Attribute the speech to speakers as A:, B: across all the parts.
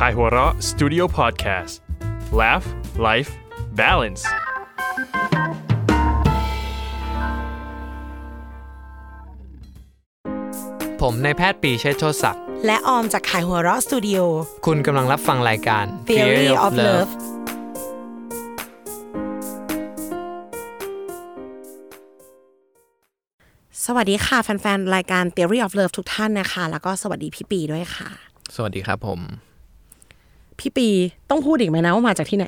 A: k a i h u r a Studio Podcast Laugh Life Balance
B: ผมนายแพทย์ปรีเชษฐ์โชติศักดิ์
C: และออมจากขายหัวเราะสตูดิโอ
B: คุณกำลังรับฟังรายการ
C: Theory of Love สวัสดีค่ะ แฟน ๆ รายการ Theory of Love ทุกท่านนะคะ แล้วก็สวัสดีพี่ปีด้วยค่ะ
B: สวัสดีครับผม
C: พี่ปีต้องพูดอีกไหมนะว่ามาจากที่ไห น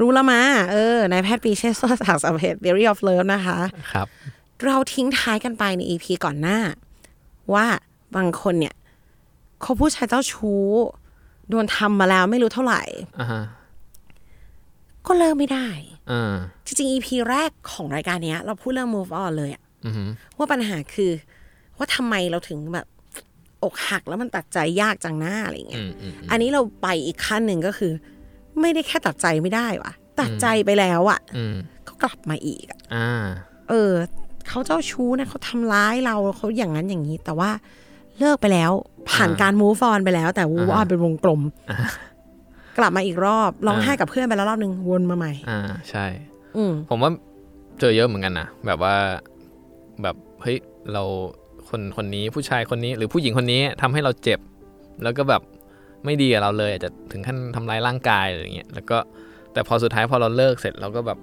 C: รู้แล้วมาเออนายแพทย์ปีเชษฐ์สาวสาวเพจ Theory of Love นะคะ
B: ครับ
C: เราทิ้งท้ายกันไปใน EP ก่อนหน้า ว่าบางคนเนี่ยเขาผู้ชายเจ้าชู้โดนทำมาแล้วไม่รู้เท่าไหร่
B: อ่าฮะ
C: ก็เลิกไม่ได้
B: อ่า
C: จริงๆ EP แรกของรายการเนี้ย เราพูดเรื่อง move on เลยอะ
B: อือฮึ
C: ว่าปัญหาคือ ว่าทำไมเราถึงแบบ อกหักแล้วมันตัดใจยากจังหน้าอะไรเงี้
B: อื
C: ย
B: มอืม
C: อันนี้เราไปอีกขั้นหนึ่งก็คือ ไม่ได้แค่ตัดใจไม่ได้ว่ะ ตัดใจไปแล้วอะ
B: อืม
C: ก็กลับมาอีกอะ
B: อ่า
C: เออ เขาเจ้าชู้นะเขาทำร้ายเราเขาอย่างนั้นอย่างนี้ แต่ว่าเลิกไปแล้ว ผ่านการ move on ไปแล้ว แต่ move
B: อ่า
C: on
B: ฮะ
C: เป็นวงกลม
B: อ่า
C: กลับมาอีกรอบร้องไห้กับเพื่อนไปแล้วรอบนึงวนมาใหม่
B: อ่า ใช่
C: อืม
B: ผมว่าเจอเยอะเหมือนกันนะ แบบว่า แบบ เฮ้ย เราคนคนนี้ผู้ชายคนนี้หรือผู้หญิงคนนี้ทำให้เราเจ็บ แล้วก็แบบไม่ดีกับเราเลย อาจจะถึงขั้นทำร้ายร่างกายอะไรอย่างเงี้ย แล้วก็ แต่พอสุดท้ายพอเราเลิกเสร็จเราก็แบบ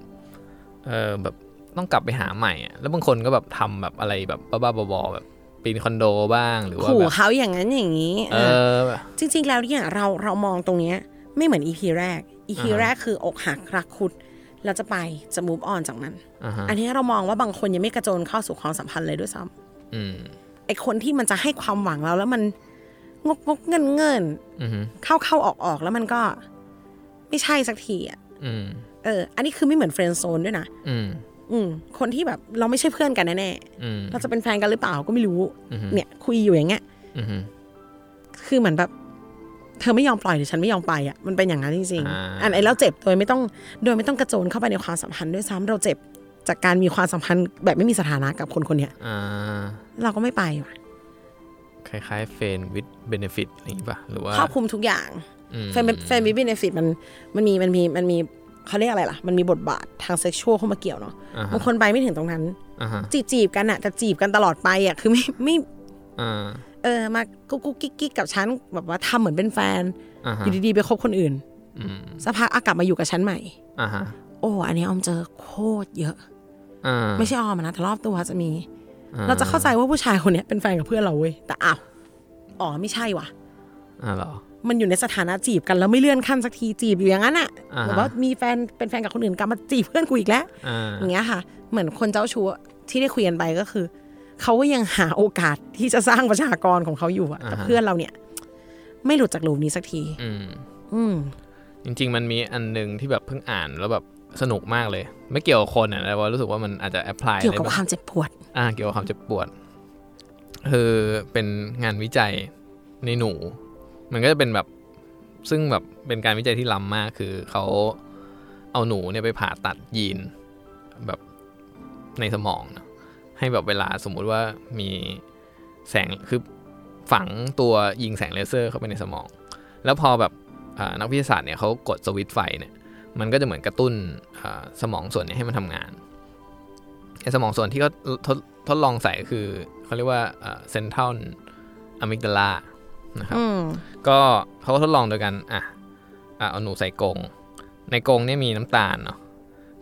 B: เออแบบต้องกลับไปหาใหม่อะแล้วบางคนก็แบบทำแบบอะไรแบบบ้าๆบอๆแบบปีนคอนโดบ้างหรือว่า
C: ขู่
B: แบบ
C: เขาอย่างนั้นอย่างนี้
B: เอ
C: เออ
B: อ
C: จริง ๆ แล้วเนี่ยเราเรามองตรงเนี้ยไม่เหมือนอีพีแรกอีพี
B: อ่าฮะ
C: แรกคืออกหักรักคุดเราจะไปจะมูฟออนจากมัน
B: อ่าฮะ
C: อันนี้เรามองว่าบางคนยังไม่กระโจนเข้าสู่ความสัมพันธ์เลยด้วยซ้
B: อืม
C: ำไอคนที่มันจะให้ความหวังเราแล้วมันงกงกเงินเงิน
B: อืม
C: เข้าเข้าออกออกแล้วมันก็ ไม่ใช่สักทีอ่ะ
B: อืม
C: เออ อันนี้คือไม่เหมือนเฟรนด์โซนด้วยนะ
B: อืม
C: อืมคนที่แบบเราไม่ใช่เพื่อนกันแน่
B: อืม
C: ๆเราจะเป็นแฟนกันหรือเปล่าก็ไม่รู้
B: อืม
C: เนี่ย คุยอยู่อย่างเงี้ย
B: อืม
C: คือเหมือนแบบเธอไม่ยอมปล่อยหรือฉันไม่ยอมไปอ่ะมันเป็นอย่างนั้นจริง
B: อ่า
C: ๆอันไอ้เราเจ็บโดยไม่ต้องโดยไม่ต้องกระโจนเข้าไปในความสัมพันธ์ด้วยซ้ำเราเจ็บจากการมีความสัมพันธ์แบบไม่มีสถานะกับคนคนเนี้ย
B: อ่า
C: เราก็ไม่ไปว่ะ
B: คล้ายๆเฟนวิดเบเนฟิตอะไรอย่างงี้ป่ะหรือว่า
C: ครอบคลุมทุกอย่าง
B: อืม
C: แฟนแฟนบิบินเอฟิตมันมันมีมันมีมันมีเขาเรียกอะไรล่ะ มันมีบทบาททางเซ็กชวลเข้ามาเกี่ยวเนาะ
B: อ่าฮะ
C: บางคนไปไม่ถึงตรงนั้น
B: อ่าฮะ
C: จีบจีบกันอะแต่จีบกันตลอดไปอะคือไม่ไม่
B: อ่า
C: เออมากุ๊กกุ๊กกิ๊กกิ๊กกับฉันแบบว่าทำเหมือนเป็นแฟน
B: อ่า
C: อ
B: ฮะ
C: ยู่ดีๆไปคบคนอื่น
B: อืม
C: สักพักอะกลับมาอยู่กับฉันใหม่
B: อ่าฮะ
C: โอ้อันนี้ออมเจอโคตรเยอะ
B: อ่า
C: ไม่ใช่ออมอะนะแต่รอบตัวจะมี
B: อ่
C: เราจะเข้าใจว่าผู้ชายคนเนี้ยเป็นแฟนกับเพื่อนเราเว้ยแต่อ้าวอ๋อไม่ใช่ว่ะ
B: อ่าเหรอ
C: มันอยู่ในสถานะจีบกันแล้วไม่เลื่อนขั้นสักทีจีบอยู่อย่างนั้นอะ
B: อ่าฮะ
C: แบบว่ามีแฟนเป็นแฟนกับคนอื่นกลับมาจีบเพื่อนกูอีกแล้ว
B: อ่า
C: อย่างเงี้ยค่ะ เหมือนคนเจ้าชู้ที่ได้คุยกันไปก็คือเขาก็ยังหาโอกาสที่จะสร้างประชากรของเขาอยู่อะแต่เพื่อนเราเนี่ย ไม่หลุดจากหลุมนี้สักที
B: อืม
C: อืม
B: จริงๆ มันมีอันหนึงที่แบบเพิ่งอ่านแล้วแบบสนุกมากเลย ไม่เกี่ยวกับคนอ่ะแต่ว่ารู้สึกว่ามันอาจจะแอพพลาย
C: เกี่ยวกับความเจ็บปวด
B: อ่าเกี่ยวกับความเจ็บปวด คือเป็นงานวิจัยในหนู มันก็จะเป็นแบบซึ่งแบบเป็นการวิจัยที่ล้ำมากคือเขาเอาหนูเนี่ยไปผ่าตัดยีน แบบในสมองเนอะให้แบบเวลาสมมุติว่ามีแสงคือฝังตัวยิงแสงเลเซอร์เข้าไปในสมอง แล้วพอแบบอ่านักวิทยาศาสตร์เนี่ยเขากดสวิตช์ไฟเนี่ยมันก็จะเหมือนกระตุ้นอ่าสมองส่วนเนี้ให้มันทำงานไอ้สมองส่วนที่เขาทดทดลองใส่ก็คือเขาเรียกว่าเซนทรัลอะมิกดาลานะครับ
C: อืม
B: ก็เขาก็ทดลองโดยกันอ่ะอ่ะเอาหนูใส่กรงในกรงเนี่ยมีน้ำตาลเนาะ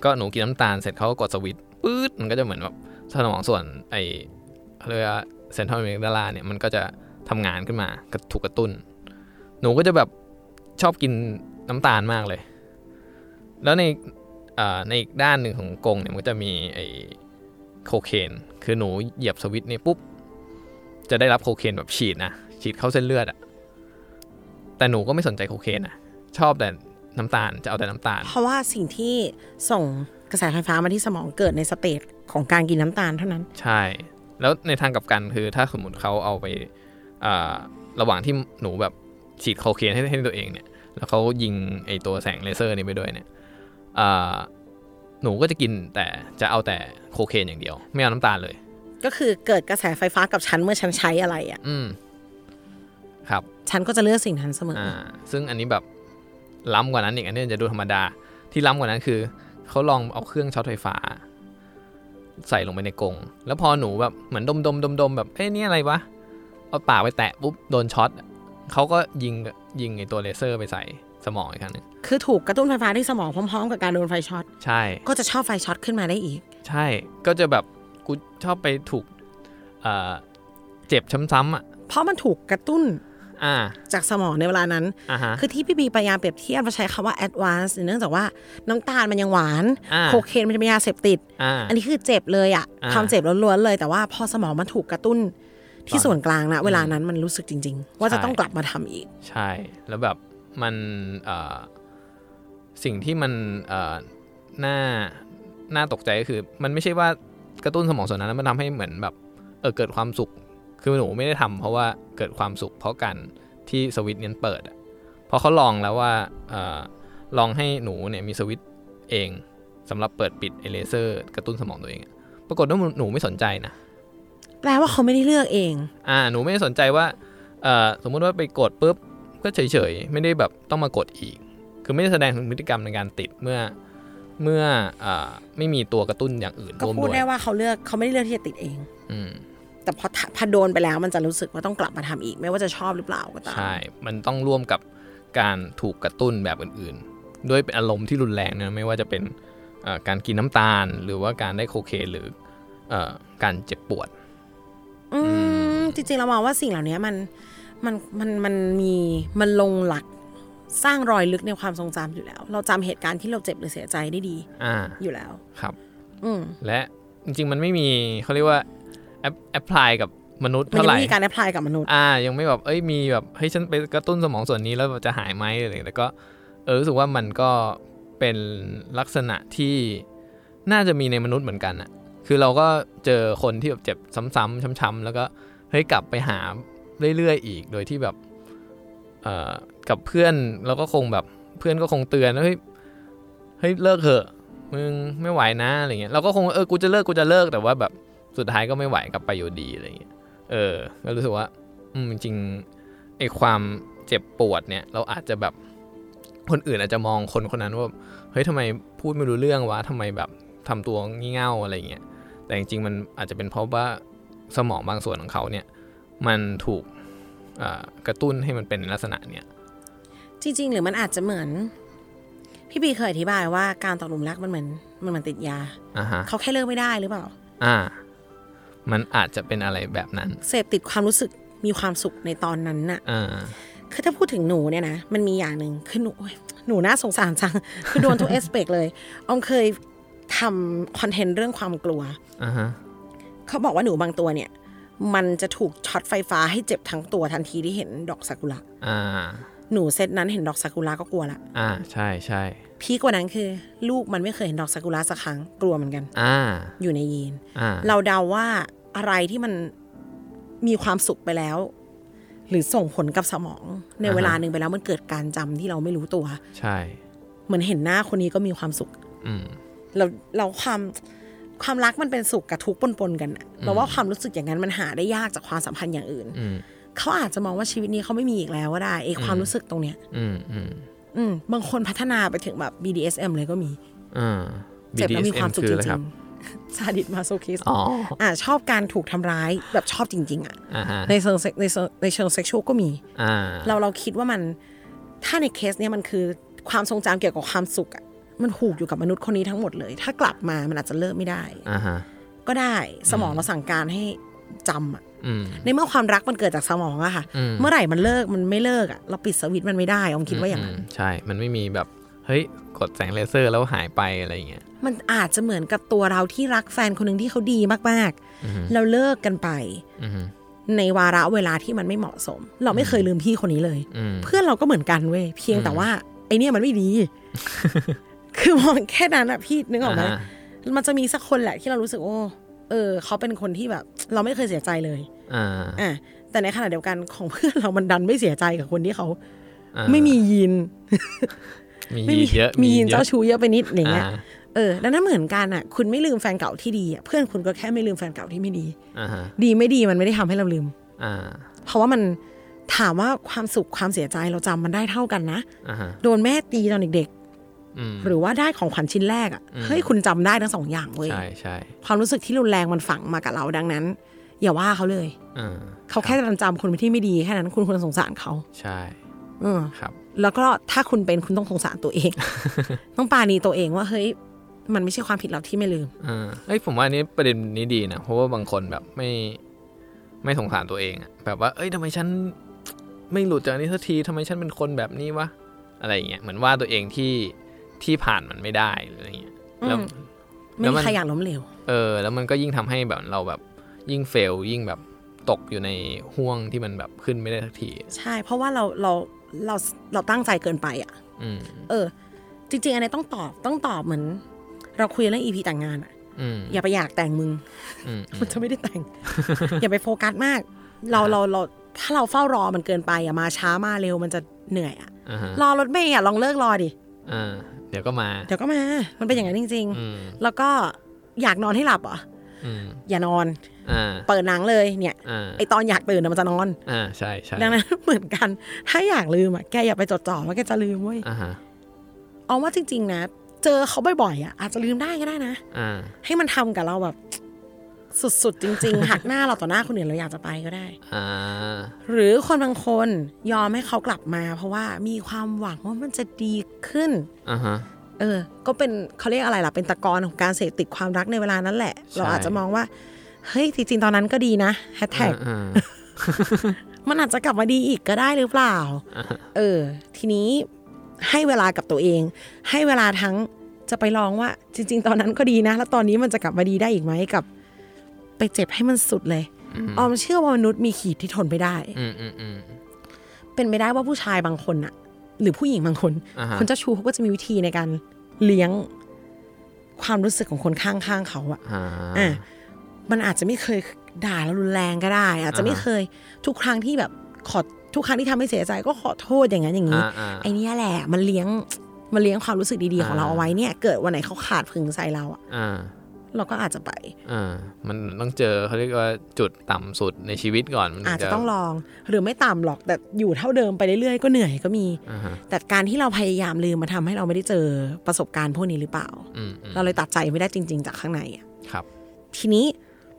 B: ก็หนูกินน้ำตาลเสร็จเขาก็กดสวิตช์ปื๊ดมันก็จะเหมือนแบบสมองส่วนไอเขาเรียกว่าเซนทรัลเมกดาลาเนี่ยมันก็จะทำงานขึ้นมากระถูกกระตุ้น หนูก็จะแบบชอบกินน้ำตาลมากเลย แล้วในอ่าในอีกด้านหนึ่งของกรงเนี่ยมันก็จะมีไอโคเคนคือหนูเหยียบสวิตช์นี่ปุ๊บจะได้รับโคเคนแบบฉีดนะ ฉีดเข้าเส้นเลือดอะแต่หนูก็ไม่สนใจโคเคนนะชอบแต่น้ำตาลจะเอาแต่น้ำตาล
C: เพราะว่าสิ่งที่ส่งกระแสไฟฟ้ามาที่สมองเกิดในสเตจของการกินน้ำตาลเท่านั้น
B: ใช่ แล้วในทางกลับกันคือถ้าสมมติเขาเอาไปอ่าระหว่างที่หนูแบบฉีดโคเคนให้ให้ตัวเองเนี่ย แล้วเขายิงไอตัวแสงเลเซอร์นี่ไปด้วยเนี่ยอ่าหนูก็จะกินแต่จะเอาแต่โคเคนอย่างเดียว ไม่เอาน้ำตาลเลย
C: ก็คือเกิดกระแสไฟฟ้ากับฉันเมื่อฉันใช้อะไรอ่ะ
B: อืม ครับ
C: ฉันก็จะเลือกสิ่งนั้นเสมออ
B: อ่า ซึ่งอันนี้แบบล้ำกว่านั้นอีกอันนี้จะดูธรรมดา ที่ล้ำกว่านั้นคือ เขาลองเอาเครื่องช็อตไฟฟ้า ใส่ลงไปในกรงแล้วพอหนูแบบเหมือนดมดมดมดมแบบเอ้ยนี่อะไรวะ เอาปากไปแตะปุ๊บโดนช็อตเขาก็ยิงยิงไอตัวเลเซอร์ไปใส่สมองอีกครั้งหนึง
C: คือถูกกระตุ้นไฟฟ้าที่สมองพร้อมๆ กับการโดนไฟช็อต
B: ใช่
C: ก็จะชอบไฟช็อตขึ้นมาได้อีก
B: ใช่ ก็จะแบบกูชอบไปถูกเอ่อเจ็บช้ำๆอ่ะ
C: เพราะมันถูกกระตุ้น
B: อ่า
C: จากสมองในเวลานั้น
B: อ่าฮะ
C: คือที่พี่บีพยายามเปรียบเทียบมาใช้คำว่า advanced เนื่องจากว่าน้ำตาลมันยังหวาน
B: อ่า
C: โคเคนมันจะเป็นยาเสพติด
B: อ่า
C: อันนี้คือเจ็บเลยอะ
B: อ่า
C: ความเจ็บล้วนๆเลย แต่ว่าพอสมองมันถูกกระตุ้นที่ส่วนกลางนะเวลานั้นมันรู้สึกจริง ๆ ว่าจะต้องกลับมาทำอีก
B: ใช่ แล้วแบบมันเอ่อสิ่งที่มันเอ่อน่าน่าตกใจก็คือ มันไม่ใช่ว่ากระตุ้นสมองส่วนนั้นนะมันทำให้เหมือนแบบเออเกิดความสุข คือหนูไม่ได้ทำเพราะว่าเกิดความสุข เพราะกันที่สวิตช์เนี้ยเปิดอะเพราะเขาลองแล้วว่าเอ่อลองให้หนูเนี่ยมีสวิตช์เองสำหรับเปิดปิดไอเลเซอร์กระตุ้นสมองตัวเองอะปรากฏว่าหนูไม่สนใจนะ
C: แปลว่าเขาไม่ได้เลือกเอง
B: อ่าหนูไม่ได้สนใจว่าเอ่อสมมุติว่าไปกดปุ๊บก็เฉยๆ ไม่ได้แบบต้องมากดอีก คือไม่ได้แสดงถึงพฤติกรรมในการติดเมื่อเมื่ออ่าไม่มีตัวกระตุ้นอย่างอื่น
C: ก็
B: ร่วม
C: พู
B: ด้
C: ด
B: วย
C: ได้ว่าเขาเลือกเขาไม่ได้เลือกที่จะติดเอง
B: อืม
C: แต่พอถ้าพอโดนไปแล้วมันจะรู้สึกว่าต้องกลับมาทำอีก ไม่ว่าจะชอบหรือเปล่าก็ตาม
B: ใช่ มันต้องร่วมกับการถูกกระตุ้นแบบอื่นๆ ด้วยอารมณ์ที่รุนแรงนะไม่ว่าจะเป็นเอ่อการกินน้ำตาล หรือว่าการได้โคเคนหรือเอ่อการเจ็บปวด
C: อืมจริงๆเรามองว่าสิ่งเหล่านี้มันมันมันมันมีมันลงหลักสร้างรอยลึกในความทรงจำอยู่แล้ว เราจำเหตุการณ์ที่เราเจ็บหรือเสียใจได้ดี
B: อ่า
C: อยู่แล้ว
B: ครับ
C: อืม
B: และจริงๆมันไม่มีเขาเรียกว่าแอปแอปพลายกับมนุษย์
C: มัน
B: เท่า
C: ยั
B: ไห
C: ง
B: ร่
C: ไม่มีการแอพพลายกับมนุษย์
B: อ่ายังไม่แบบเอ้ยมีแบบเฮ้ยฉันไปกระตุ้นสมองส่วนนี้แล้วจะหายไหมอะไรอย่างเงี้ยแต่ก็เออรู้สึกว่ามันก็เป็นลักษณะที่น่าจะมีในมนุษย์เหมือนกันอะคือเราก็เจอคนที่แบบเจ็บซ้ำๆช้ำๆแล้วก็เฮ้ยกลับไปหาเรื่อยๆอีกโดยที่แบบเอ่อกับเพื่อนเราก็คงแบบเพื่อนก็คงเตือนว่าเฮ้ยเฮ้ยเลิกเถอะมึงไม่ไหวนะอะไรเงี้ยเราก็คงเออกูจะเลิกกูจะเลิกแต่ว่าแบบสุดท้ายก็ไม่ไหวกลับไปอยู่ดีอะไรเงี้ยเออก็รู้สึกว่า อืมจริงๆไอ้ความเจ็บปวดเนี่ย เราอาจจะแบบคนอื่นอาจจะมองคนคนนั้นว่าเฮ้ยทำไมพูดไม่รู้เรื่องวะทำไมแบบทำตัวงี่เง่าอะไรเงี้ยแต่จริงๆมันอาจจะเป็นเพราะว่าสมองบางส่วนของเขาเนี่ย มันถูกอ่ากระตุ้นให้มันเป็นลักษณะเนี่ย
C: จริง ๆ หรือมันอาจจะเหมือน พี่บีเคยอธิบายว่าการตกหลุมรักมันเหมือนมันเหมือนติดยา
B: อ่าฮะ
C: เขาแค่เลิกไม่ได้หรือเปล่า
B: อ่า มันอาจจะเป็นอะไรแบบนั้น
C: เสพติดความรู้สึกมีความสุขในตอนนั้นน่ะ
B: อ่า
C: คือถ้าพูดถึงหนูเนี่ยนะ มันมีอย่างหนึ่งคือหนูโอ๊ยหนูน่าสงสารจัง คือโดนทุกเอสเปกเลยออมเคยทำคอนเทนต์เรื่องความกลัว
B: อ่าฮะ
C: เขาบอกว่าหนูบางตัวเนี่ย มันจะถูกช็อตไฟฟ้าให้เจ็บทั้งตัวทันทีที่เห็นดอกซากุระ
B: อ่า
C: หนูเซตนั้นเห็นดอกซากุระก็กลัวละ
B: อ่าใช่ใช่
C: พีคกว่านั้นคือ ลูกมันไม่เคยเห็นดอกซากุระสักครั้งกลัวเหมือนกัน
B: อ่า
C: อยู่ในยีน
B: อ่า
C: เราเดาว่าอะไรที่มันมีความสุขไปแล้ว หรือส่งผลกับสมอง ในเวลาหนึ่งไปแล้วมันเกิดการจำที่เราไม่รู้ตัว
B: ใช่
C: เหมือนเห็นหน้าคนนี้ก็มีความสุข
B: อืม
C: เราเราความความรักมันเป็นสุขกับทุกข์ปนๆกันน่ะเราว่าความรู้สึกอย่างนั้นมันหาได้ยากจากความสัมพันธ์อย่างอื่น
B: อืม
C: เขาอาจจะมองว่าชีวิตนี้เขาไม่มีอีกแล้วก็ได้ไอ้ความรู้สึกตรงเนี้ย
B: อืมอืม
C: อืมบางคนพัฒนาไปถึงแบบ BDSM เลยก็มี
B: อ่า
C: เจ็บแล้วมีความสุข
B: BDSM
C: จ
B: ออะไร
C: ริ
B: ค
C: ง
B: บ
C: ๆซาดิสมาโซคิส
B: อ๋อ
C: อ่าชอบการถูกทำร้ายแบบชอบจริง ๆอ่ะ
B: อ่าฮะ
C: ในเชิงเซ็กในเชิงในเชิงเซ็กชวลก็มี
B: อ่า
C: เราเราคิดว่ามันถ้าในเคสเนี่ยมันคือความทรงจำเกี่ยวกับความสุขอะมันผูกอยู่กับมนุษย์คนนี้ทั้งหมดเลย ถ้ากลับมามันอาจจะเลิกไม่ได้
B: อ่าฮะ
C: ก็ได้สมองเราสั่งการให้จำอะ
B: อืม
C: ในเมื่อความรักมันเกิดจากสมองอะค่ะ
B: อืม
C: เมื่อไหร่มันเลิกมันไม่เลิกอะเราปิดสวิตช์มันไม่ได้ออมคิดว่าอย่างนั้น
B: มใช่ มันไม่มีแบบ เฮ้ย กดแสงเลเซอร์แล้วหายไปอะไรอย่างเงี้ย
C: มันอาจจะเหมือนกับตัวเราที่รักแฟนคนหนึ่งที่เขาดีมากๆ เราเลิกกันไป
B: อืม
C: ในวาระเวลาที่มันไม่เหมาะสม เราไม่เคยลืมพี่คนนี้เลย
B: อืม
C: เพื่อนเราก็เหมือนกันเว้ยเพียงแต่ว่าไอเนี่ยมันไม่ดี คือมองแค่นั้นอะพี่นึกออกไหม
B: อ่าฮะ
C: มันจะมีสักคนแหละที่เรารู้สึกโอ้เออ เขาเป็นคนที่แบบ เราไม่เคยเสียใจเลย
B: อ่า
C: อ่ะแต่ในขณะเดียวกันของเพื่อนเรามันดันไม่เสียใจกับคนที่เขา
B: อ่า
C: ไม่มียีน
B: มียีนเยอะ
C: มียีน
B: น
C: เจ้าชู้เยอะไปนิดอย่างเงี้ย
B: อ่า
C: เออดังนั้นเหมือนกันอ่ะ คุณไม่ลืมแฟนเก่าที่ดีอะเพื่อนคุณก็แค่ไม่ลืมแฟนเก่าที่ไม่ดี
B: อ่าฮะ
C: ดีไม่ดีมันไม่ได้ทำให้เราลืม
B: อ่า
C: เพราะว่ามันถามว่าความสุขความเสียใจเราจำมันได้เท่ากันนะ
B: อ่าฮะ
C: โดนแม่ตีตอนเด็ก
B: อืม
C: ๆ หรือว่าได้ของขวัญชิ้นแรกอ่ะเฮ้ยคุณจำได้ทั้งสองอย่างเว้ย
B: ใช่ใช่
C: ความรู้สึกที่รุนแรงมันฝังมากับเราดังนั้น อย่าว่าเขาเลย
B: อ่า
C: เขาแค่จำคนที่ไม่ดีแค่นั้นคุณควรสงสารเขา
B: ใช่
C: เออ
B: ครับ
C: แล้วก็ถ้าคุณเป็นคุณต้องสงสารตัวเอง ต้องปราณีตัวเองว่าเฮ้ย มันไม่ใช่ความผิดเราที่ไม่ลืม
B: อ่าเอ้ยผมว่าอันนี้ประเด็นนี้ดีนะเพราะว่าบางคนแบบไม่ไม่สงสารตัวเองอะแบบว่า เอ้ยทำไมฉัน ไม่หลุดจากอันนี้สักทีทำไมฉันเป็นคนแบบนี้วะอะไรอย่างเงี้ยเหมือนว่าตัวเองที่ที่ผ่านมันไม่ได้หรืออะไรเงี้ยแล้ว
C: อืม
B: แล้
C: ไม่
B: วมั
C: มี
B: น
C: ใครอยากล้มเหลว
B: เออแล้วมันก็ยิ่งทำให้แบบเราแบบยิ่งเฟลยิ่งแบบตกอยู่ในห่วงที่มันแบบขึ้นไม่ได้สักที
C: ใช่ เพราะว่าเราเราเราเราตั้งใจเกินไปอ่ะ
B: อืม
C: เออ จริง ๆ อันนี้ต้องตอบต้องตอบเหมือน เราคุยเรื่องอีพีแต่งงานอ่ะ
B: อืม
C: อย่าไปอยากแต่งมึง
B: อืมอื
C: มัน
B: ม
C: จะไม่ได้แต่ง อย่าไปโฟกัสมาก เราเราเราถ้าเราเฝ้ารอมันเกินไปอ่ะมาช้ามาเร็วมันจะเหนื่อยอ่ะ
B: อ่าฮะ
C: รอรถเมย์อ่ะลองเลิกรอดิ
B: อ่าเดี๋ยวก็มา
C: เดี๋ยวก็มา มันเป็นอย่างนั้นจริง
B: อืม
C: ๆ แล้วก็อยากนอนให้หลับเหรอ่ะ
B: อืม
C: อย่านอน
B: อ่า
C: เปิดหนังเลยเนี่ย
B: อ่า
C: ไอตอนอยากตื่นน่ะมันจะนอน
B: อ่าใช่ใช่
C: ดังนั้น เหมือนกัน ถ้าอยากลืมอ่ะแกอย่าไปจดจ่อว่าแกจะลืมเว้ย
B: อ่าฮะ
C: เอาว่าจริง ๆ นะ เจอเขาบ่อยๆอ่ะอาจจะลืมได้ก็ได้นะ
B: อ่า
C: ให้มันทำกับเราแบบ สุดๆ จริง ๆ หักหน้าเราต่อหน้าคนอื่นเราอยากจะไปก็ได้
B: อ่า
C: หรือคนบางคนยอมให้เขากลับมา เพราะว่ามีความหวังว่ามันจะดีขึ้น
B: อ่าฮะ
C: เออ ก็เป็นเขาเรียกอะไรล่ะเป็นตะกอนของการเสพติดความรักในเวลานั้นแหละ เราอาจจะมองว่าเฮ้ยจริงๆตอนนั้นก็ดีนะแฮชแท็ก
B: อ่า
C: มันอาจจะกลับมาดีอีกก็ได้หรือเปล่า
B: อ่าฮะ
C: เออ ทีนี้ให้เวลากับตัวเอง ให้เวลาทั้งจะไปลองว่า จริง ๆ ตอนนั้นก็ดีนะ แล้วตอนนี้มันจะกลับมาดีได้อีกไหมกับ ไปเจ็บให้มันสุดเลย ออมเชื่อว่ามนุษย์มีขีดที่ทนไม่ได้
B: อืมอืมอืม
C: เป็นไม่ได้ว่าผู้ชายบางคนอะหรือผู้หญิงบางคน
B: อ่าฮะ
C: คนเจ้าชู้เขาก็จะมีวิธีในการเลี้ยงความรู้สึกของคนข้างๆเขาอะ
B: อ่า
C: อ่ะมันอาจจะไม่เคยด่าแล้วรุนแรงก็ได้ อาจจะไม่เคยทุกครั้งที่แบบขอทุกครั้งที่ทำให้เสียใจก็ขอโทษอย่างนั้นอย่างนี้
B: อ่าอ่า
C: ไอเนี้ยแหละ มันเลี้ยงมันเลี้ยงความรู้สึกดีๆของเรา
B: อ่า
C: เอาไว้เนี่ย เกิดวันไหนเขาขาดพึงใส่เราอะ
B: อ่า
C: เราก็อาจจะไป
B: อ่า มันต้องเจอเขาเรียกว่าจุดต่ำสุดในชีวิตก่อน มันถึ
C: อาจจะต้อง
B: รอ
C: ลอง หรือไม่ต่ำหรอกแต่อยู่เท่าเดิมไปเรื่อยๆก็เหนื่อยก็มี
B: อ่าฮะ
C: แต่การที่เราพยายามลืมมาทำให้เราไม่ได้เจอประสบการณ์พวกนี้หรือเปล่า
B: อืมอืม
C: เราเลยตัดใจไม่ได้จริง ๆ จากข้างในอะ
B: ครับ
C: ทีนี้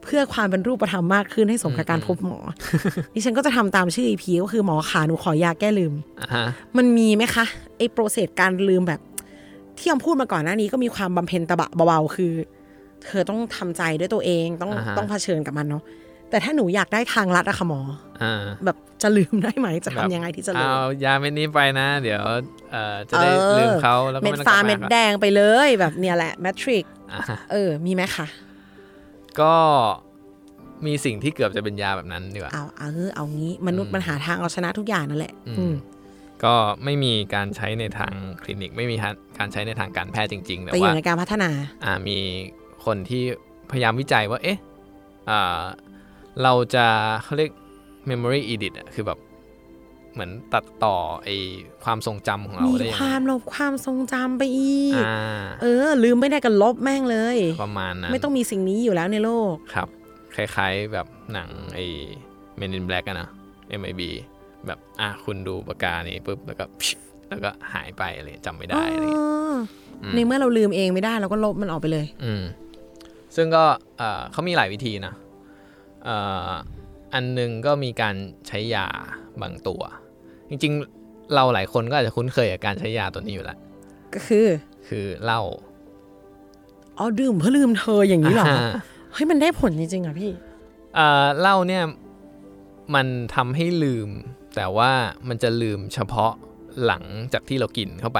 C: เพื่อความเป็นรูปธรรมมากขึ้นให้สมกับการพบหม อ ดิฉันก็จะทำตามชื่อ EP ก็คือหมอขาหนูขอยาแก้ลืม
B: อ่าฮะ
C: มันมีไหมคะไอ้โปรเซสการลืมแบบ ที่ยอมพูดมาก่อนหน้านี้ก็มีความบำเพ็ญตบะเบาๆคือ เธอต้องทำใจด้วยตัวเองต้อง
B: อ่าฮะ
C: ต้องเผชิญกับมันเนาะแต่ถ้าหนูอยากได้ทางลัดอะค่ะหมอ
B: อ่า
C: แบบจะลืมได้ไหมจะ
B: แบบ
C: ทำยังไงที่จะลื
B: เอา
C: ม
B: ยาเม็ดนี้ไปนะ เดี๋ยว เอ่อ จะได้ลืมเขาแล้วก็
C: เม็ด
B: ไม่ต้องก
C: ฟ้า
B: ลับ
C: เม็ด
B: มา
C: แดงไปเลยแบบเนี่ยแหละแมทริก
B: อ่าฮะ
C: เออ มีไหมคะ
B: ก็มีสิ่งที่เกือบจะเป็นยาแบบนั้นดีกว่า
C: เอาเอาเออเอางี้มนุษย์มันหาทางเอาชนะทุกอย่างนั่นแหละ อืม
B: ก็ไม่มีการใช้ในทางคลินิก ไม่มีการใช้ในทางการแพทย์จริง ๆ แต่
C: แต่อ
B: ว่า
C: ยู่ในการพัฒนา
B: อ่ามีคนที่พยายามวิจัยว่า เอ๊ะอ่าเราจะเขาเรียก memory edit อะคือแบบ เหมือนตัดต่อไอความทรงจำของเรา
C: มี
B: ได้ยั
C: ค
B: งไง
C: วามลบความทรงจำไปอีก
B: อ่า
C: เออ ลืมไม่ได้กันลบแม่งเลย
B: ประมาณนั้น
C: ไม่ต้องมีสิ่งนี้อยู่แล้วในโลก
B: ครับ คล้ายๆแบบหนังไอ Men in Black อะนะ MIB แบบอ่ะคุณดูปากกานี้ปุ๊บ แล้วก็ แล้วก็หายไปอะไรจำไม่ได้อะไรอย่างเงี้ย
C: ในเมื่อเราลืมเองไม่ได้เราก็ลบมันออกไปเลย
B: อืมซึ่งก็เอ่อเขามีหลายวิธีนะเอ่ออันหนึงก็มีการใช้ยาบางตัว จริงๆ เราหลายคนก็อาจจะคุ้นเคยกับการใช้ยาตัวนี้อยู่แล้ว
C: ก็คือ
B: คือเหล้า
C: อ๋อดื่มเพื่อลืมเธออย่างนี้เหรอ
B: า
C: เฮ้ยมันได้ผลจริงๆเหรอพี่
B: เอ่อเหล้าเนี่ยมันทำให้ลืม แต่ว่ามันจะลืมเฉพาะหลังจากที่เรากินเข้าไป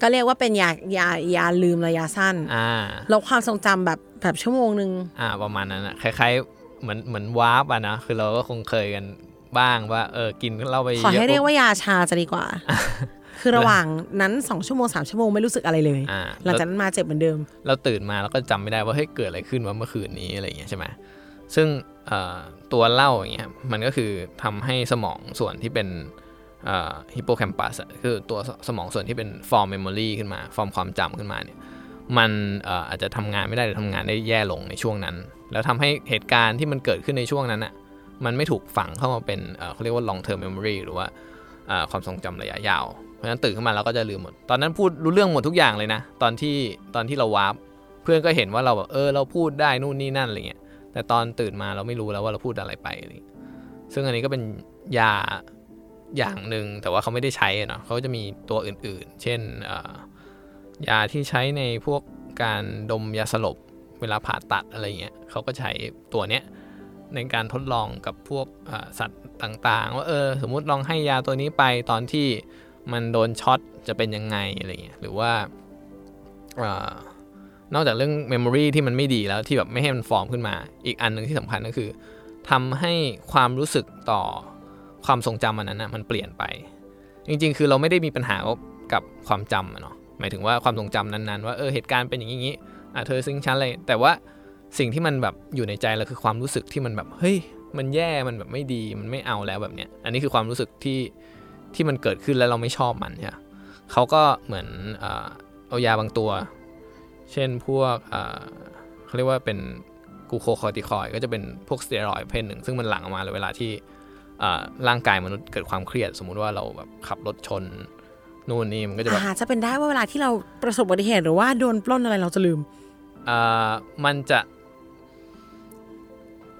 C: ก็เรียกว่าเป็นยายายาลืมระยะสั้น
B: อ่า
C: ลบความทรงจำแบบแบบชั่วโมงหนึ่ง
B: อ่าประมาณนั้นอะคล้ายๆ เหมือนเหมือนวาร์ปอะนะคือเราก็คงเคยกันบ้างว่า เออกินเหล้าไป
C: ขอให้
B: ะ
C: เรียก
B: ปุ๊บ
C: ว่ายาชาจะดีกว่า คือระหว่างนั้นสองชั่วโมงสามชั่วโมงไม่รู้สึกอะไรเลย
B: อ่า
C: หลังจากนั้นมาเจ็บเหมือนเดิม
B: เราตื่นมาแล้วก็จำไม่ได้ว่าเฮ้ยเกิดอะไรขึ้นวะเมื่อคืนนี้อะไรอย่างเงี้ยใช่ไหมซึ่งเอ่อตัวเหล้าอย่างเงี้ยมันก็คือทำให้สมองส่วนที่เป็นฮิปโปแคมปัสคือตัวสมองส่วนที่เป็นฟอร์มเมมโมรีขึ้นมาฟอร์มความจำขึ้นมาเนี่ยมันเอ่ออาจจะทำงานไม่ได้หรือทำงานได้แย่ลงในช่วงนั้น แล้วทำให้เหตุการณ์ที่มันเกิดขึ้นในช่วงนั้นอ่ะมันไม่ถูกฝังเข้ามาเป็นเอ่อเขาเรียกว่า long term memory หรือว่า อ่าความทรงจำระยะยาว เพราะฉะนั้นตื่นขึ้นมาเราก็จะลืมหมด ตอนนั้นพูดรู้เรื่องหมดทุกอย่างเลยนะ ตอนที่ตอนที่เราวาร์ปเพื่อนก็เห็นว่าเราแบบเออเราพูดได้นู่นนี่นั่นอะไรเงี้ย แต่ตอนตื่นมาเราไม่รู้แล้วว่าเราพูดอะไรไปอะไรเงี้ยซึ่งอันนี้ก็เป็นยาอย่างหนึ่งแต่ว่าเขาไม่ได้ใช้อะเนาะเขาจะมีตัวอื่นๆ เช่นเอ่อยาที่ใช้ในพวกการดมยาสลบเวลาผ่าตัดอะไรเงี้ยเขาก็ใช้ตัวเนี้ย ในการทดลองกับพวกเอ่อสัตว์ต่างๆ ว่าเออสมมุติลองให้ยาตัวนี้ไปตอนที่มันโดนช็อตจะเป็นยังไงอะไรเงี้ยหรือว่าเออนอกจากเรื่อง Memory ที่มันไม่ดีแล้วที่แบบไม่ให้มันฟอร์มขึ้นมา อีกอันหนึ่งที่สำคัญก็คือทำให้ความรู้สึกต่อความทรงจำอันนั้นนะมันเปลี่ยนไป จริงๆ คือเราไม่ได้มีปัญหากับความจำอะเนาะหมายถึงว่าความทรงจำนั้นๆ ว่าเออเหตุการณ์เป็นอย่างนี้อย่างนี้อ่ะเธอซึ้งฉันเลยแต่ว่า สิ่งที่มันแบบอยู่ในใจเราคือความรู้สึกที่มันแบบเฮ้ยมันแย่มันแบบไม่ดีมันไม่เอาแล้วแบบเนี้ยอันนี้คือความรู้สึกที่ที่มันเกิดขึ้นแล้วเราไม่ชอบมันใช่ปะเขาก็เหมือนเอ่อเอายาบางตัว เช่นพวกเอ่อเขาเรียกว่าเป็นกลูโคคอร์ติคอยด์ก็จะเป็นพวกสเตียรอยด์เพศหนึ่งซึ่งมันหลั่งออกมาเลยเวลาที่เอ่อร่างกายมนุษย์เกิดความเครียด สมมุติว่าเราแบบขับรถชนนู่นนี่มันก็จะแบบ
C: อาจจะเป็นได้ว่าเวลาที่เราประสบอุบัติเหตุหรือว่าโดนปล้นอะไรเราจะลืม
B: อ่ามันจะ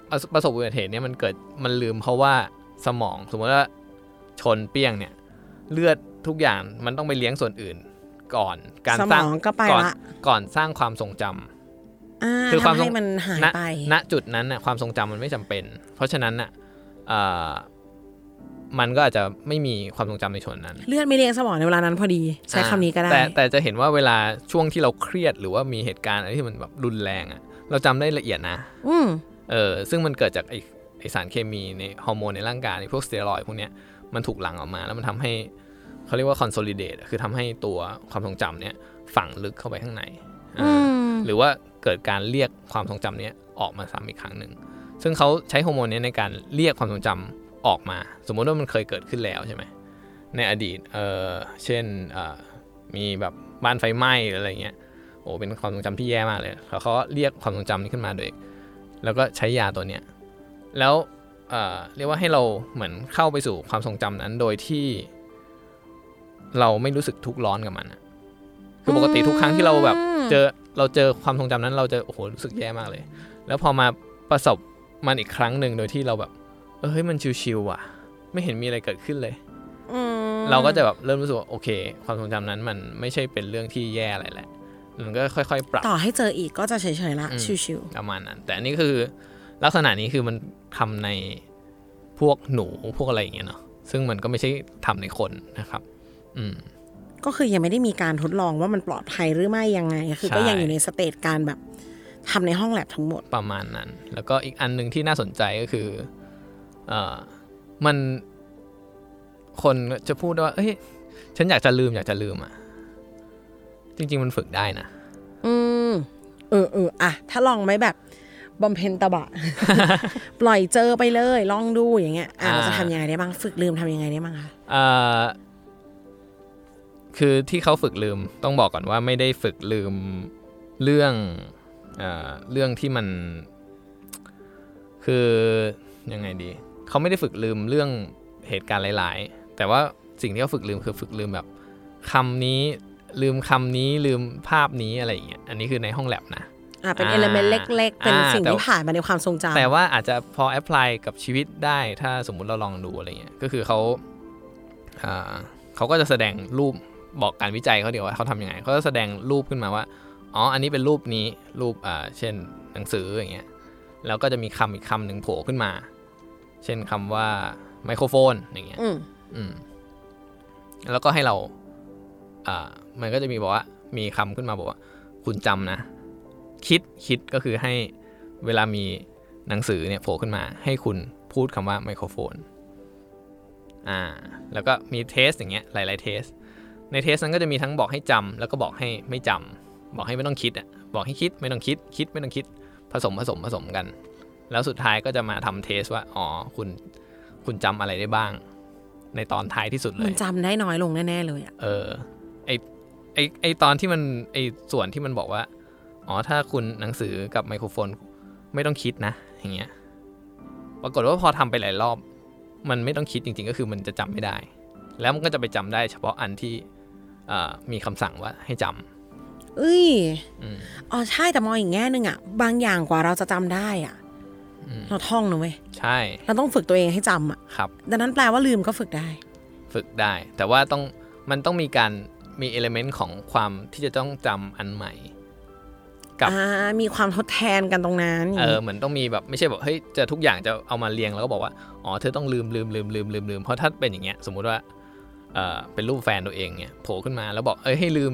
B: ประสประสบอุบัติเหตุเนี่ยมันเกิดมันลืมเพราะว่าสมองสมมติว่าชนเปี้ยงเนี่ย เลือดทุกอย่างมันต้องไปเลี้ยงส่วนอื่นก่อนการสร้าง
C: สมองก็ไป
B: ก่อน
C: ละ
B: ก่อนสร้างความทรงจำ
C: อ่า
B: คือความทร
C: ทำให้
B: ง
C: มันหาย
B: ณ
C: ไป
B: ณจุดนั้นน่ะความทรงจำมันไม่จำเป็น เพราะฉะนั้นน่ะเอ่อมันก็อาจจะไม่มีความทรงจำในช่วงนั้น
C: เลือดไม่เลี้ยงสมองในเวลานั้นพอดี ใช้คำนี้ก็ได้
B: แต่แต่จะเห็นว่าเวลาช่วงที่เราเครียดหรือว่ามีเหตุการณ์อะไรที่มันแบบรุนแรงอะเราจำได้ละเอียดนะ
C: อืม
B: เออซึ่งมันเกิดจากไอไอสารเคมีในฮอร์โมนในร่างกายในพวกสเตียรอยด์พวกเนี้ยมันถูกหลั่งออกมาแล้วมันทำให้เขาเรียกว่า consolidate อะคือทำให้ตัวความทรงจำเนี้ยฝังลึกเข้าไปข้างในอ่า
C: อืม
B: หรือว่าเกิดการเรียกความทรงจำเนี้ยออกมาซ้ำอีกครั้งหนึ่ง ซึ่งเขาใช้ฮอร์โมนเนี้ยในการเรียกความทรงจำออกมา สมมติว่ามันเคยเกิดขึ้นแล้วใช่ไหมในอดีตเออเช่นเอ่อมีแบบบ้านไฟไหม้หรืออะไรเงี้ยโอ้เป็นความทรงจำที่แย่มากเลยแล้วเขาก็เรียกความทรงจำนี้ขึ้นมาโดย แล้วก็ใช้ยาตัวเนี้ย แล้วเอ่อเรียกว่าให้เราเหมือนเข้าไปสู่ความทรงจำนั้นโดยที่เราไม่รู้สึกทุกข์ร้อนกับมันอะคือปกติทุกครั้งที่เราแบบเจอเราเจอความทรงจำนั้น เราจะโอ้โหรู้สึกแย่มากเลย แล้วพอมาประสบมันอีกครั้งหนึ่งโดยที่เราแบบเออเฮ้ยมันชิวๆว่ะ ไม่เห็นมีอะไรเกิดขึ้นเลย
C: อืม
B: เราก็จะแบบเริ่มรู้สึกว่าโอเค ความทรงจำนั้นมันไม่ใช่เป็นเรื่องที่แย่อะไรแหละมันก็ค่อยๆ ปรับ
C: ต่อให้เจออีกก็จะเฉยๆละ
B: อืม
C: ชิว
B: ประมาณนั้นแต่อันนี้คือลักษณะนี้คือมันทำในพวกหนูพวกอะไรอย่างเงี้ยเนาะซึ่งมันก็ไม่ใช่ทำในคนนะครับ อืม
C: ๆ ก็คือยังไม่ได้มีการทดลองว่ามันปลอดภัยหรือไม่ยังไง คือ
B: ใช่
C: ก็ยังอยู่ในสเตจการแบบทำในห้องแลบทั้งหมด
B: ประมาณนั้น แล้วก็อีกอันหนึ่งที่น่าสนใจก็คือเออมันคนจะพูดว่าเอ้ยฉันอยากจะลืมอยากจะลืมอะ่ะ จริง ๆ มันฝึกได้นะ
C: อืมเออเอออะถ้าลองไหมแบบบอมเพนตะ บะ ปล่อยเจอไปเลย ลองดูอย่างเงี้ยอ่ะ
B: อ่า
C: เราจะทำยังไงได้บ้างฝึกลืมทำยังไงได้บ้างคะ
B: เอ่อคือที่เขาฝึกลืมต้องบอกก่อนว่าไม่ได้ฝึกลืมเรื่องเอ่อเรื่องที่มัน คือยังไงดี เขาไม่ได้ฝึกลืมเรื่องเหตุการณ์หลาย ๆ แต่ว่าสิ่งที่เขาฝึกลืมคือฝึกลืมแบบคำนี้ลืมคำนี้ลืมภาพนี้อะไรอย่างเงี้ยอันนี้คือในห้องแลบนะ
C: อ่ะเป็น
B: อ่า
C: เอลเมนต์เล็ก ๆ เป็น
B: อ่า
C: สิ่ง
B: แต่
C: ที่ผ่านมาในความทรงจำ
B: แต่ว่าอาจจะพอแอพพลายกับชีวิตได้ถ้าสมมุติเราลองดูอะไรเงี้ยก็คือเขาอ่าเขาก็จะแสดงรูปบอกการวิจัยเขาเดี๋ยวว่าเขาทำยังไงเขาจะแสดงรูปขึ้นมาว่าอ๋ออันนี้เป็นรูปนี้รูปอ่าเช่นหนังสืออย่างเงี้ยแล้วก็จะมีคำอีกคำหนึ่งโผล่ขึ้นมา เช่นคำว่าไมโครโฟนอย่างเงี้ย
C: อืม
B: อืมแล้วก็ให้เราอ่ามันก็จะมีบอกว่ามีคำขึ้นมาบอกว่า คุณจำนะ คิดคิดก็คือให้เวลามี หนังสือเนี่ยโผล่ขึ้นมา ให้คุณพูดคำว่าไมโครโฟน อ่า แล้วก็มีเทสอย่างเงี้ยหลาย ๆ เทส ในเทสนั้นก็จะมีทั้งบอกให้จำแล้วก็บอกให้ไม่จำบอกให้ไม่ต้องคิดอ่ะบอกให้คิดไม่ต้องคิดคิดไม่ต้องคิดผสมผสมผสมกัน แล้วสุดท้ายก็จะมาทำเทสว่าอ๋อคุณคุณจำอะไรได้บ้าง ในตอนท้ายที่สุดเล
C: มัน
B: ย
C: จำได้น้อยลงแน่ๆเลยอะ
B: เออไอไอไอตอนที่มันไอส่วนที่มันบอกว่า อ๋อ ถ้าคุณหนังสือกับไมโครโฟนไม่ต้องคิดนะ อย่างเงี้ย ปรากฏว่าพอทำไปหลายรอบ มันไม่ต้องคิดจริงๆ ก็คือมันจะจำไม่ได้ แล้วมันก็จะไปจำได้เฉพาะอันที่เอ่อมีคำสั่งว่าให้จำ
C: เอ้ย
B: อืม
C: อ๋อใช่แต่มองอีกแง่หนึ่งอะบางอย่างกว่าเราจะจำได้อะ
B: อืม
C: เราท่องนะเว้ย
B: ใช่
C: เราต้องฝึกตัวเองให้จำอะ
B: ครับ
C: ดังนั้นแปลว่าลืมก็ฝึกได้
B: ฝึกได้ แต่ว่าต้องมันต้องมีการมีเอลเมนต์ของความที่จะต้องจำอันใหม่ กับ
C: อ่ามีความทดแทนกันตรงนั้น
B: เออเหมือนต้องมีแบบไม่ใช่แบบเฮ้ยจะทุกอย่างจะเอามาเรียงแล้วก็บอกว่าอ๋อเธอต้องลืมลืมลืมลืมลืมลืมเพราะถ้าเป็นอย่างเงี้ยสมมุติว่าเออเป็นรูปแฟนตัวเองเนี่ยโผล่ขึ้นมาแล้วบอกเอ้ยให้ลืม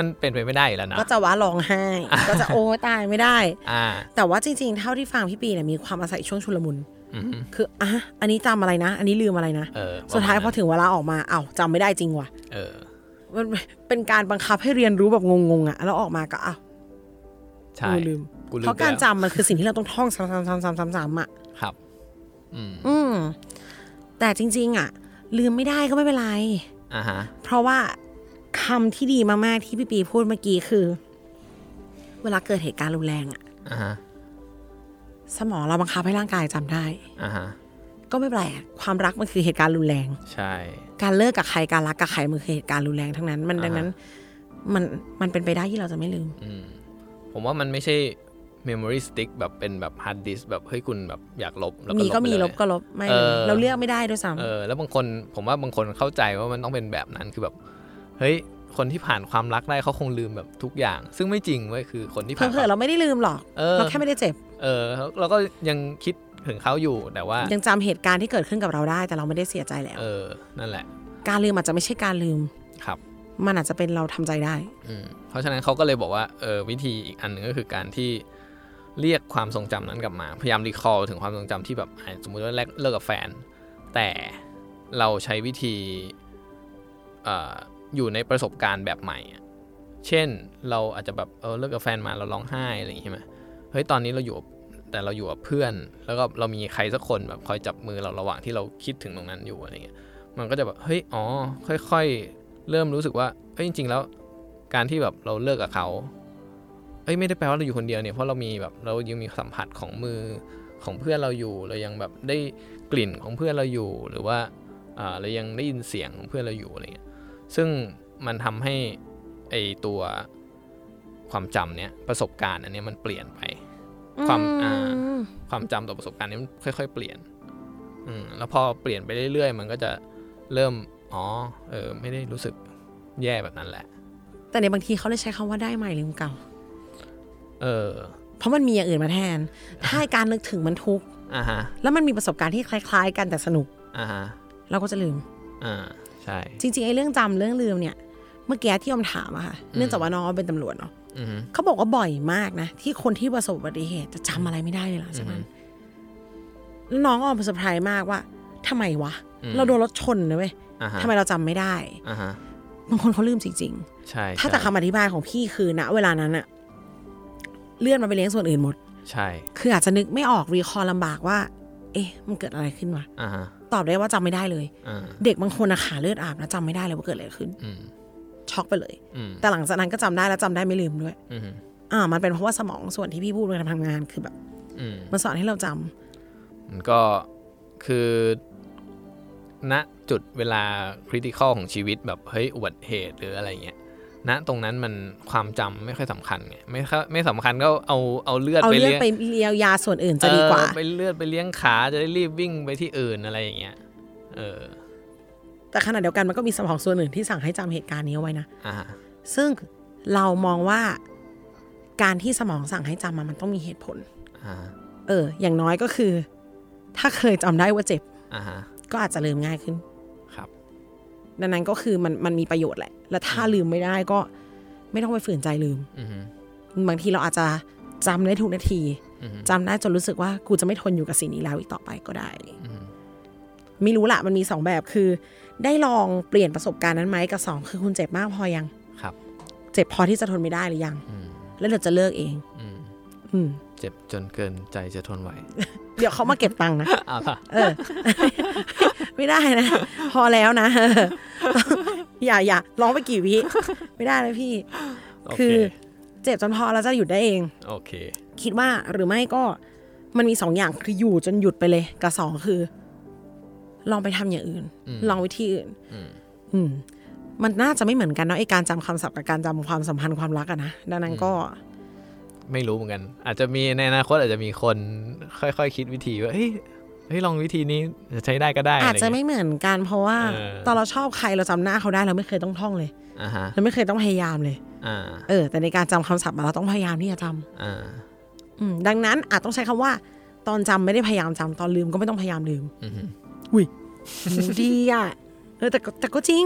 B: มันเป็นไปไม่ได้อยู่แล้วนะ
C: ก็จะว่าร้องไห้ ก็ จะโอ้ตายไม่ได้
B: อ่า
C: แต่ว่าจริงๆ เท่าที่ฟังพี่ปีเนี่ยมีความอาศัยช่วงชุลมุน
B: อืม
C: คืออ่ะอันนี้จำอะไรนะ อันนี้ลืมอะไรนะ
B: เออ
C: สุดท้ายพอ
B: ประมณนั้น
C: ถึงเวลาออกมาเอ้าจำไม่ได้จริงว่ะ
B: เออ
C: มันเป็นการบังคับให้เรียนรู้แบบงงๆอะแล้วออกมาก็อ้าว
B: ใช่
C: กูลืม
B: กูลืม
C: เพราะการ
B: ไปแล้ว
C: จำมันคือสิ่งที่เราต้องท่องซ้ำๆๆๆๆๆอะ
B: ครับ อืม
C: อืม แต่จริง ๆอะลืมไม่ได้ก็ไม่เป็นไร
B: อ่าฮะ
C: เพราะว่าคำที่ดีมากๆที่พี่ปีพูดเมื่อกี้คือ เวลาเกิดเหตุการณ์รุนแรงอะ
B: อ่าฮะ
C: สมองเราบังคับให้ร่างกายจำได้
B: อ่าฮะ
C: ก็ไม่แปลกความรักมันคือเหตุการณ์รุนแรง
B: ใช่
C: การเลิกกับใครการรักกับใครมันคือเหตุการณ์รุนแรงทั้งนั้น มันดังนั้น มันมันเป็นไปได้ที่เราจะไม่ลืม
B: อืมผมว่ามันไม่ใช่ memory stick แบบเป็นแบบ hard disk แบบเฮ้ยคุณแบบอยากลบแล้วก็
C: มี
B: ลบ
C: ก็
B: ไป
C: มี
B: เลย
C: ลบก็ลบไม่
B: เอ
C: เล
B: อ
C: ยเราเลือกไม่ได้ด้วยซ้
B: เออแล้วบางคนผมว่าบางคนเข้าใจว่ามันต้องเป็นแบบนั้นคือแบบ เฮ้ย คนที่ผ่านความรักได้เขาคงลืมแบบทุกอย่าง ซึ่งไม่จริงเว้ยคือคนที่
C: ำ
B: ผ่าน
C: เพิ่งๆเราไม่ได้ลืมหรอก
B: เออ
C: เราแค่ไม่ได้เจ็บ
B: เออเราก็ยังคิดถึงเขาอยู่แต่ว่า
C: ยังจำเหตุการณ์ที่เกิดขึ้นกับเราได้ แต่เราไม่ได้เสียใจแล้ว
B: เออ นั่นแหละ
C: การลืมอาจจะไม่ใช่การลืม
B: ครับ
C: มันอาจจะเป็นเราทำใจได้
B: อืมเพราะฉะนั้นเขาก็เลยบอกว่าเออวิธีอีกอันหนึ่งก็คือการที่เรียกความทรงจำนั้นกลับมา พยายามรีคอลถึงความทรงจำที่แบบอ่ะสมมุติว่าแรกเลิกกับแฟน แต่เราใช้วิธีเอออยู่ในประสบการณ์แบบใหม่อะเช่นเราอาจจะแบบเออเลิกกับแฟนมาเราร้องไห้อะไรอย่างงี้ใช่ไหมเฮ้ยตอนนี้เราอยู่กับแต่เราอยู่กับเพื่อน แล้วก็เรามีใครสักคนแบบคอยจับมือเราระหว่างที่เราคิดถึงตรงนั้นอยู่อะไรเงี้ยมันก็จะแบบเฮ้ยอ๋อค่อยๆ เริ่มรู้สึกว่าเอ้ยจริง ๆ แล้ว การที่แบบเราเลิกกับเขา เอ้ยไม่ได้แปลว่าเราอยู่คนเดียวเนี่ย เพราะเรามีแบบเรายังมีสัมผัสของมือของเพื่อนเราอยู่ เรายังแบบได้กลิ่นของเพื่อนเราอยู่ หรือว่าอ่าเรายังได้ยินเสียงของเพื่อนเราอยู่อะไรเงี้ย ซึ่งมันทำให้ไอตัวความจำเนี่ยประสบการณ์อันเนี้ยมันเปลี่ยนไป ความอ่า
C: อืม
B: ความจำต่อประสบการณ์นี้มันค่อย ๆ เปลี่ยน อืม แล้วพอเปลี่ยนไปเรื่อยๆ มันก็จะเริ่ม อ๋อ เออ ไม่ได้รู้สึกแย่แบบนั้นแหละ
C: แต่ในบางทีเขาเลยใช้คำว่าได้ใหม่ลืมเก่า
B: เออ
C: เพราะมันมีอย่างอื่นมาแทน ถ้าการนึกถึงมันทุกข์
B: อ่าฮะ
C: แล้วมันมีประสบการณ์ที่คล้ายๆ กันแต่สนุก
B: อ่าฮะ
C: เราก็จะลืม
B: อ่า ใช่
C: จริงๆไอ้เรื่องจำเรื่องลืมเนี่ย เมื่อกี้ที่ยอมถามอะค่ะ เนื่องจากว่าน้องเป็นตำรวจเนาะ
B: อือฮึ
C: เขาบอกว่าบ่อยมากนะ ที่คนที่ประสบอุบัติเหตุจะจำอะไรไม่ได้เลยหลังจากนั้นแล้วน้องออมเซอร์ไพรส์มากว่าทำไมวะ เราโดนรถชนนะเว้ย
B: อ่าฮะ
C: ทำไมเราจำไม่ได้
B: อ่าฮะ
C: บางคนเขาลืมจริง
B: ใช่
C: ๆ ถ้าแต่คำอธิบายของพี่คือณเวลานั้นอะเลื่อนมาไปเลี้ยงส่วนอื่นหมด
B: ใช่
C: คืออาจจะนึกไม่ออกรีคอลลำบากว่า เอ๊ะ มันเกิดอะไรขึ้นวะ
B: อ่าฮะ
C: ตอบได้ว่าจำไม่ได้เลย
B: อ่า
C: เด็กบางคนอะขาเลือดอาบนะจำไม่ได้เลยว่าเกิดอะไรขึ้น
B: อืม
C: ช็อกไปเลย
B: อืม
C: แต่หลังจากนั้นก็จำได้แล้วจำได้ไม่ลืมด้วย
B: อืม
C: อ่า มันเป็นเพราะว่าสมองส่วนที่พี่พูดเวลาทำงานคือแบบ
B: อืม
C: มันสอนให้เราจำ
B: มันก็คือณจุดเวลาคริติคอลของชีวิตแบบเฮ้ยอุบัติเหตุหรืออะไรเงี้ยณตรงนั้นมันความจำไม่ค่อยสำคัญไงไม่ค่อยไม่สำคัญก็เอาเอาเลือด
C: เอา
B: ไปเลี้
C: เลือด
B: ยง
C: ไปเลียวยาส่วนอื่นจะดีกว่า
B: เออไปเลือดไปเลี้ยงขาจะได้รีบวิ่งไปที่อื่นอะไรอย่างเงี้ยเออ
C: แต่ขณะเดียวกันมันก็มีสมองส่วนอื่นที่สั่งให้จำเหตุการณ์นี้เอาไว้นะ
B: อ่าฮะ
C: ซึ่งเรามองว่าการที่สมองสั่งให้จำมามันต้องมีเหตุผล
B: อ่าฮะ
C: เออ อย่างน้อยก็คือ ถ้าเคยจำได้ว่าเจ็บ
B: อ่าฮะ
C: ก็อาจจะลืมง่ายขึ้น
B: ครับ
C: ดังนั้นก็คือมันมันมีประโยชน์แหละ แล้วถ้าลืมไม่ได้ก็ไม่ต้องไปฝืนใจลืม
B: อืม
C: บางทีเราอาจจะ จำได้ทุกนาทีจำได้จนรู้สึกว่ากูจะไม่ทนอยู่กับสิ่งนี้แล้วอีกต่อไปก็ได้ ไม่รู้ละมันมีสองแบบคือ ได้ลองเปลี่ยนประสบการณ์นั้นไหมกับสองคือคุณเจ็บมากพอยัง
B: ครับ
C: เจ็บพอที่จะทนไม่ได้หรือยัง แล้วเดี๋ยวจะเลิกเอง อืม
B: เจ็บจนเกินใจจะทนไหว
C: เดี๋ยวเขามาเก็บตังค์นะ
B: อ้าวเหรอ
C: เออ ไม่ได้นะ พอแล้วนะเอออย่าอย่าร้องไปกี่วิไม่ได้นะพี่
B: โอ
C: คื
B: เค
C: อ เจ็บจนพอแล้วจะหยุดได้เอง
B: โอเค
C: คิดว่าหรือไม่ก็มันมีสองอย่างคืออยู่จนหยุดไปเลย กับสองคือ ลองไปทำอย่างอื่น ลองวิธีอื่น อืม มันน่าจะไม่เหมือนกันเนาะไอการจำคำศัพท์กับการจำความสัมพันธ์ความรักอะนะดังนั้นก็
B: ไม่รู้เหมือนกัน อาจจะมีในอนาคตอาจจะมีคนค่อยๆคคิดวิธีว่าเฮ้ยเฮ้ยลองวิธีนี้จะใช้ได้ก็ได้
C: อาจจะ
B: ร
C: ไม่
B: เงี้ย
C: เหมือนกันเพราะว่า
B: เออ
C: ตอนเราชอบใครเราจำหน้าเขาได้เราไม่เคยต้องท่องเลย
B: อ่าฮะ
C: เราไม่เคยต้องพยายามเลย
B: อ่า
C: เออ แต่ในการจำคำศัพท์อะเราต้องพยายามที่จะจำ
B: อ่า
C: อืมดังนั้นอาจต้องใช้คำว่า ตอนจำไม่ได้พยายามจำตอนลืมก็ไม่ต้องพยายามลืม
B: อือฮึ
C: อุ้ย ดีอ่ะเออแต่ก็แต่ก็จริง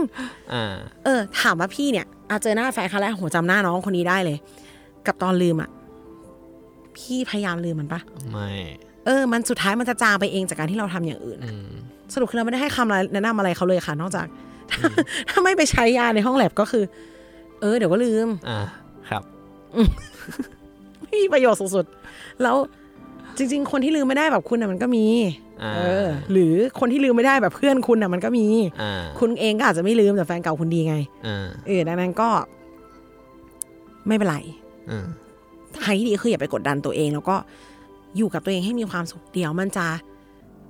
B: อ่า
C: เออ ถามว่าพี่เนี่ยอาเจอหน้าแฟนครั้งแรกโหจำหน้าน้องคนนี้ได้เลย กับตอนลืมอ่ะพี่พยายามลืมมันปะ
B: ไม่
C: เออมันสุดท้ายมันจะจางไปเองจากการที่เราทำอย่างอื่นอะ
B: อืม
C: สรุปคือเราไม่ได้ให้คำอะไรแนะนำอะไรเขาเลยค่ะ นอกจาก ถ้าไม่ไปใช้ยาในห้องแลบก็คือ เออ เดี๋ยวก็ลืม
B: อ่าครับ
C: ไม่มีประโยชน์สุดๆ แล้วจริง ๆ คนที่ลืมไม่ได้แบบคุณน่ะมันก็มี
B: อ่า
C: เออ หรือคนที่ลืมไม่ได้แบบเพื่อนคุณน่ะมันก็มี
B: อ่า
C: คุณเองก็อาจจะไม่ลืมแต่แฟนเก่าคุณดีไง
B: อ่า
C: เออดังนั้นก็ ไม่เป็นไร
B: อ่า
C: ทางที่ดีคืออย่าไปกดดันตัวเอง แล้วก็อยู่กับตัวเองให้มีความสุขเดียวมันจะ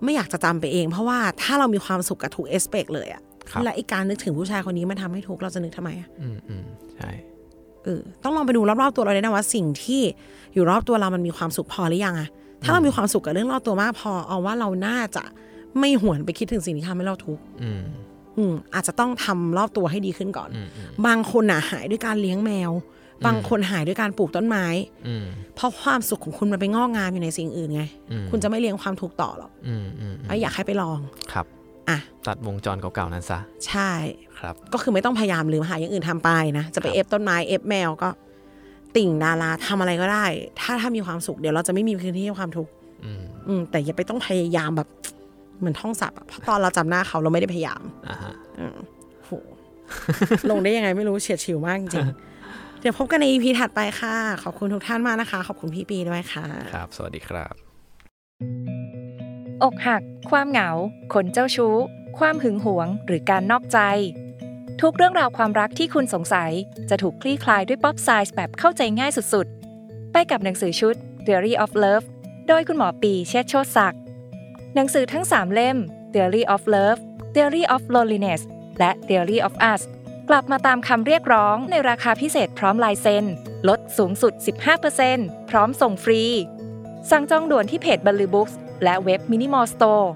C: ไม่อยากจะจำไปเอง เพราะว่าถ้าเรามีความสุขกับทุกเอสเปกเลยอะ
B: ครับ
C: และไอีกการนึกถึงผู้ชายคนนี้มันทำให้ทุกข์เราจะนึกทำไมอะ
B: อืมอืมใช่
C: เออต้องลองไปดูรอบๆตัวเราด้วยนะว่าสิ่งที่อยู่รอบตัวเรามันมีความสุขพอหรือยังอะถ้าเรามีความสุขกับเรื่องรอบตัวมากพอเอาว่าเราน่าจะไม่หวนไปคิดถึงสิ่งที่ทำให้เราทุกข์
B: อืม
C: อืมอาจจะต้องทำรอบตัวให้ดีขึ้นก่อน
B: อืมอืม
C: บางคนน่ะหายด้วยการเลี้ยงแมว บางคนหายด้วยการปลูกต้นไม้
B: อืม
C: เพราะความสุขของคุณมันไปงอกงามอยู่ในสิ่งอื่นไง
B: อืม
C: คุณจะไม่เลี้ยงความทุกข์ต่อหรอก
B: อืมอืมอืม
C: แล้วอยากให้ไปลอง
B: ครับ
C: อ่ะ
B: ตัดวงจรเก่าๆนั้นซะ
C: ใช่
B: ครับ
C: ก็คือไม่ต้องพยายามลืมหาอย่างอื่นทำไปนะ จะไป
B: ครับ
C: เอฟต้นไม้เอฟแมวก็ ติ่งดาราทำอะไรก็ได้ ถ้าถ้ามีความสุขเดี๋ยวเราจะไม่มีพื้นที่ให้ความทุกข์
B: อืม
C: อืมแต่อย่าไปต้องพยายามแบบ เหมือนท่องศัพท์อะเพราะตอนเราจำหน้าเขาเราไม่ได้พยายาม
B: อ่าฮะ
C: โห ลงได้ยังไงไม่รู้เฉียดฉิวมากจริงๆเดี๋ยวพบกันใน EP ถัดไปค่ะ ขอบคุณทุกท่านมากนะคะ ขอบคุณพี่ปีด้วยค่ะ
B: ครับ สวัสดีครับ
D: อกหัก ความเหงา คนเจ้าชู้ ความหึงหวง หรือการนอกใจ ทุกเรื่องราวความรักที่คุณสงสัย จะถูกคลี่คลายด้วยป๊อปไซส์แบบเข้าใจง่ายสุดๆ ไปกับหนังสือชุด Theory of Love โดยคุณหมอปีเชษฐ์โชติศักดิ์หนังสือทั้ง 3 เล่ม Theory of Love Theory of Loneliness และ Theory of Us กลับมาตามคำเรียกร้องในราคาพิเศษพร้อมลายเซ็นลดสูงสุด 15%พร้อมส่งฟรี สั่งจองด่วนที่เพจบัลลือบุ๊กส์และเว็บมินิมอลสโตร์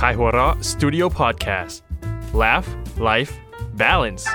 A: Kaihura Studio Podcast Laugh Life Balance